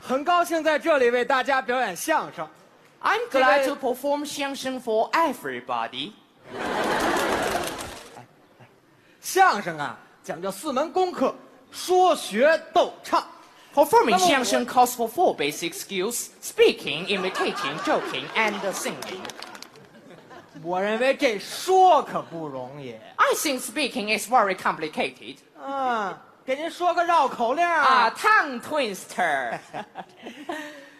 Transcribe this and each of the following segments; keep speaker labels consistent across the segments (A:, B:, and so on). A: 很高兴在这里为大家表演相声。
B: I'm
A: 这
B: glad
A: 位
B: to perform 相声 for everybody.
A: 相声啊，讲究四门功课：说、学、逗、唱。
B: Performing
A: 那么我
B: 相声 calls for four basic skills: speaking, imitating, joking, and singing.
A: 我认为这说可不容易
B: I think speaking is very complicated.
A: 啊，给您说个绕口令
B: 啊、
A: 啊，
B: tongue twister.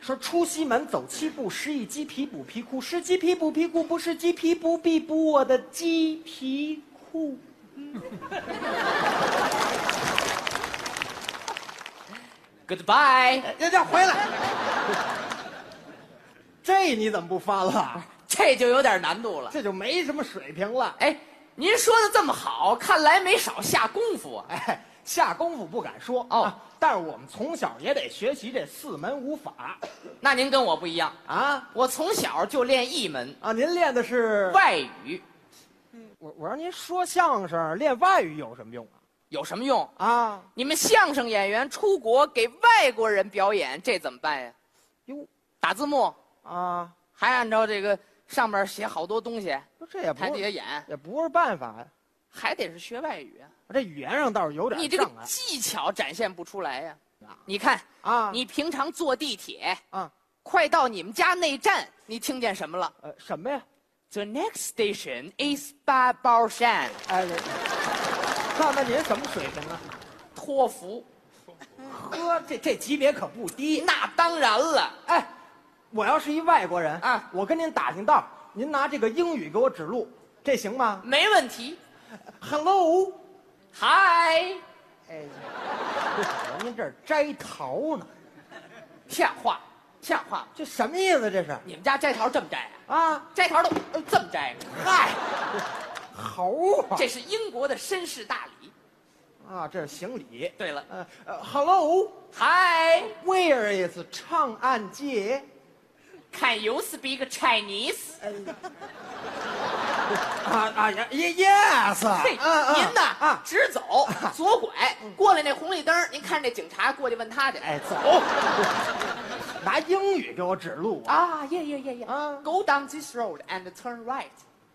A: 说出西门走七步，十一鸡皮补皮裤，十鸡皮补皮裤，不是鸡皮不必补我的鸡皮裤。
B: Goodbye.
A: 哎要要回来， 这你怎么不翻了？
B: 这就有点难度了。
A: 这就没什么水平了。
B: 哎，您说的这么好，看来没少下功夫啊。
A: 哎，下功夫不敢说
B: 哦
A: 啊，但是我们从小也得学习这四门五法
B: 那您跟我不一样，
A: 啊
B: 我从小就练一门
A: 啊！您练的是
B: 外语，
A: 我我让您说相声，练外语有什么用
B: 有什么用？
A: 啊？啊，
B: 你们相声演员出国给外国人表演，这怎么办呀？
A: 哟
B: 打字幕，
A: 啊，
B: 还按照这个上面写好多东西，
A: 那这也啊不
B: 台底下
A: 是
B: 演，
A: 也不是办法呀。
B: 还得是学外语啊。
A: 这语言上倒是有点
B: 你这个
A: 障碍
B: 技巧展现不出来呀、你看，
A: 啊。
B: 你平常坐地铁，
A: 啊，
B: 快到你们家内站，你听见什么了
A: 呃，什么呀？
B: ？The next station is 八宝山。
A: 哎，这那那您什么水平啊？
B: 托福，
A: 呵，这这级别可不低。
B: 那当然了。
A: 哎，我要是一外国人
B: 啊，
A: 我跟您打听道，您拿这个英语给我指路，这行吗
B: 没问题。
A: ？Hello，
B: 嗨，
A: 哎，您这儿摘桃呢？
B: 像话，像话吗？
A: 这什么意思？这是
B: 你们家摘桃这么摘啊？
A: 啊？
B: 摘桃都呃这么摘，
A: 嗨，猴啊！
B: 这是英国的绅士大礼。
A: 啊，这是行礼。
B: 对了，
A: 呃呃，Hello，Where
B: 嗨
A: is 长安街？
B: ，Can you speak Chinese？
A: 啊啊呀，Yes，
B: 嘿，
A: 啊
B: 您呐，
A: 啊，嗯
B: 直走，左拐，过来那红绿灯儿，您看这警察过去问他去。
A: 哎，走，拿英语给我指路啊！
B: 啊，耶耶耶耶
A: 啊
B: ，Go down this road and turn right。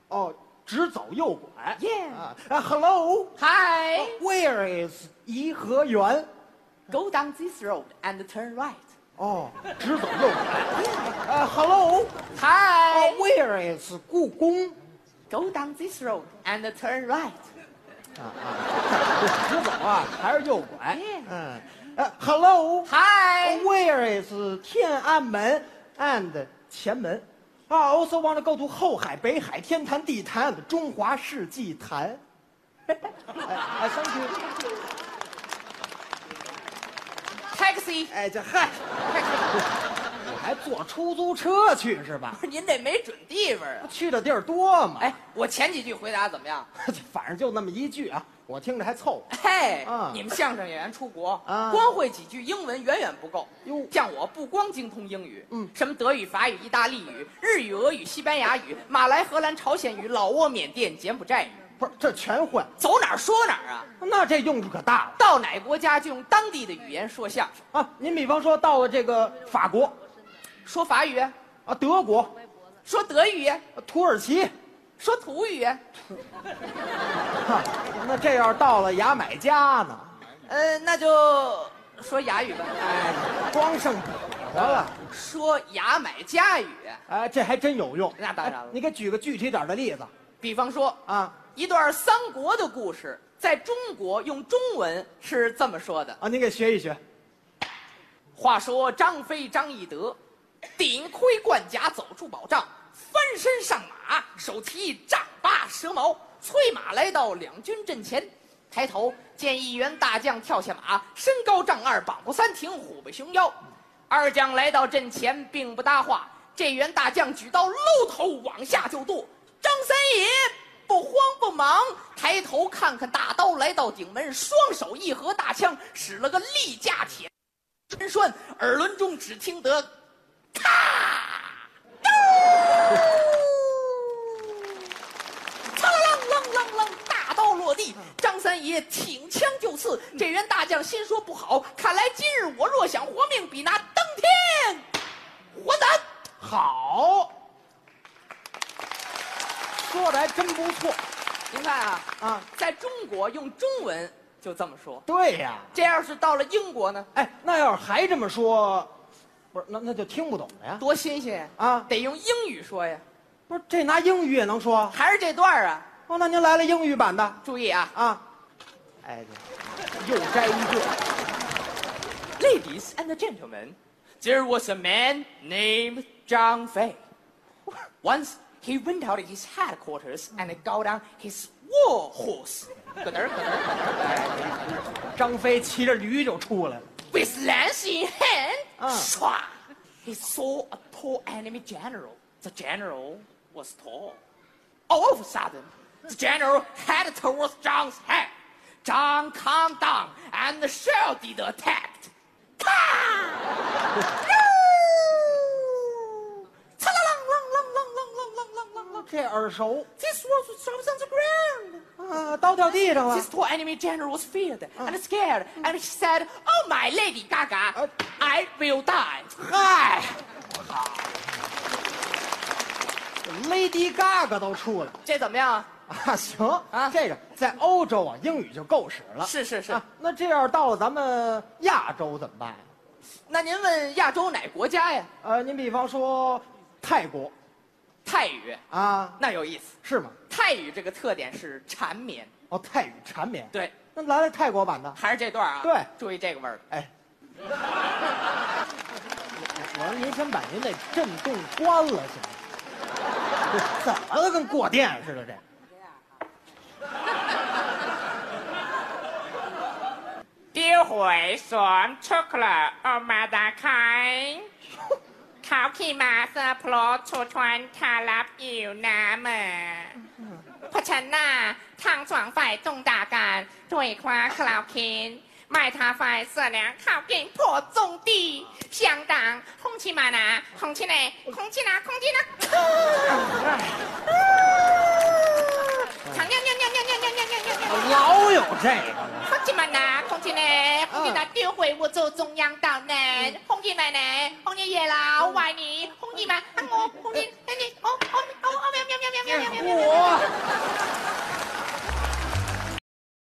A: 哦，直走右拐。
B: Yeah
A: 啊啊，Hello，Where
B: 嗨
A: 哦 is 颐和园？
B: ，Go down this road and turn right。
A: 哦，直走右拐。啊，Hello，
B: 嗨
A: 哦，Where is 故宫？
B: Go down this road and turn right。
A: 哦直走啊，还是右拐
B: Yeah？
A: 嗯，呃，Hello。
B: 嗨
A: 哦 Where is 天安门 and 前门？I 啊 also want to go to 后海、北海、天坛、地坛 and 中华世纪坛。哎哎，thank you。
B: ，taxi。
A: 哎，这嗨，我还坐出租车去是吧？
B: 您这没准地方啊！
A: 去的地儿多嘛。
B: 哎，我前几句回答怎么样？
A: 反正就那么一句啊，我听着还凑合。
B: 嘿
A: 啊，
B: 你们相声演员出国，
A: 啊
B: 光会几句英文远远不够
A: 哟。
B: 像我不光精通英语，
A: 嗯
B: 什么德语、法语、意大利语、日语、俄语、西班牙语、马来、荷兰、朝鲜语、老挝、缅甸、柬埔寨语，
A: 不是，这全会，
B: 走哪儿说哪儿啊！
A: 那这用处可大了
B: 到哪国家就用当地的语言说相声，
A: 啊！您比方说到了这个法国
B: 说法语，
A: 啊、德国、
B: 说德语，啊
A: 土耳其，
B: 说土语，啊
A: 哈，那这要是到了牙买加呢？
B: 呃，那就说雅语吧。
A: 哎，光剩补了。
B: 说牙买加语，啊
A: 哎，这还真有用。
B: 那当然了
A: 哎你给举个具体点的例子
B: 比方说
A: 啊
B: 一段三国的故事，在中国用中文是这么说的：
A: 啊！您给学一学。
B: 话说张飞张翼德，顶盔贯甲走出宝帐，翻身上马，手提丈八蛇矛，催马来到两军阵前。抬头见一员大将跳下马，身高丈二，膀骨三挺，虎背熊腰。二将来到阵前，并不搭话。这员大将举刀搂头往下就剁。张三爷不慌不忙，抬头看看大刀来到顶门，双手一合大枪，使了个力架铁陈栓，耳轮中只听得咔嘟，苍啷啷啷啷，大刀落地。张三爷挺枪就刺，这员大将心说不好，看来今日我若想活命，比拿登天
A: 真不错
B: 您看啊，
A: 啊！
B: 在中国用中文就这么说，
A: 对呀、
B: 这要是到了英国呢，
A: 哎，那要是还这么说，不是那那就听不懂了呀？
B: 多新鲜呀！
A: 啊，
B: 得用英语说呀。
A: 不是这拿英语也能说？
B: 还是这段儿啊，
A: 哦，那您来了英语版的
B: 注意啊
A: 啊？哎，又摘一个。
B: ，Ladies and gentlemen, there was a man named Zhang Fei. Once he went out of his headquarters and got on his war horse. 咯噔儿咯噔儿咯噔儿
A: 张飞骑着驴就出来了。
B: With lance in hand,
A: Uh.
B: Shua, he saw a tall enemy general. The general was tall. All of a sudden, the general headed towards Zhang's head. Zhang calmed down and shielded the attack. Ta! No! Ta-la-lang-lang-lang-lang-lang-lang-lang-lang.
A: 这耳熟
B: This was Zhang's on the ground.
A: 啊，刀掉地上了
B: This。poor enemy general was feared and scared, and he said, "Oh my Lady Gaga,
A: Uh,
B: I will die."
A: Ah.
B: Hi.
A: Lady Gaga 都出来了
B: 这怎么样？
A: 啊，行
B: 啊
A: 这个在欧洲啊，英语就够使了。
B: 是是是
A: 啊，那这要是到了咱们亚洲怎么办呀？
B: 那您问亚洲哪国家呀？
A: 呃，您比方说泰国
B: 泰语，
A: 啊，
B: 那有意思。
A: 是吗？
B: 泰语这个特点是缠绵，
A: 哦，泰语缠绵。
B: 对，
A: 那来了泰国版的。
B: 还是这段啊？
A: 对
B: 注意这个味儿。
A: 哎， 我说您先把您那震动关了行吗？ 这怎么了？跟过电似的这。
C: 丢回สวนช็อกโกแลตออกมาตาคายเขาขี่มาสะพลอชดทวนทารับอิวน้ำเหมอเพราะฉะนั้นน่ะทางสว่างฝ่ายตรงด่ากันด้วยความคลาวเคนไม่ทาฝ่ายเสอแหลงข่าวเก่งโผล่จงตีเสียงดังคงชิมานะคงชิเนคงชินะคงชินะฉันเนี่ยเนี่ยเนี่ยเนี่ยเนี่ยเนี่ยเนี่ยเนี่ย
A: 老有这个，
C: 空气嘛呢？空气呢？空气呢？丢回我做中央岛呢？空气嘛呢？空气也老歪你，空气嘛？啊我空气，哎你，哦哦哦哦喵喵喵喵喵喵喵喵喵！
A: 我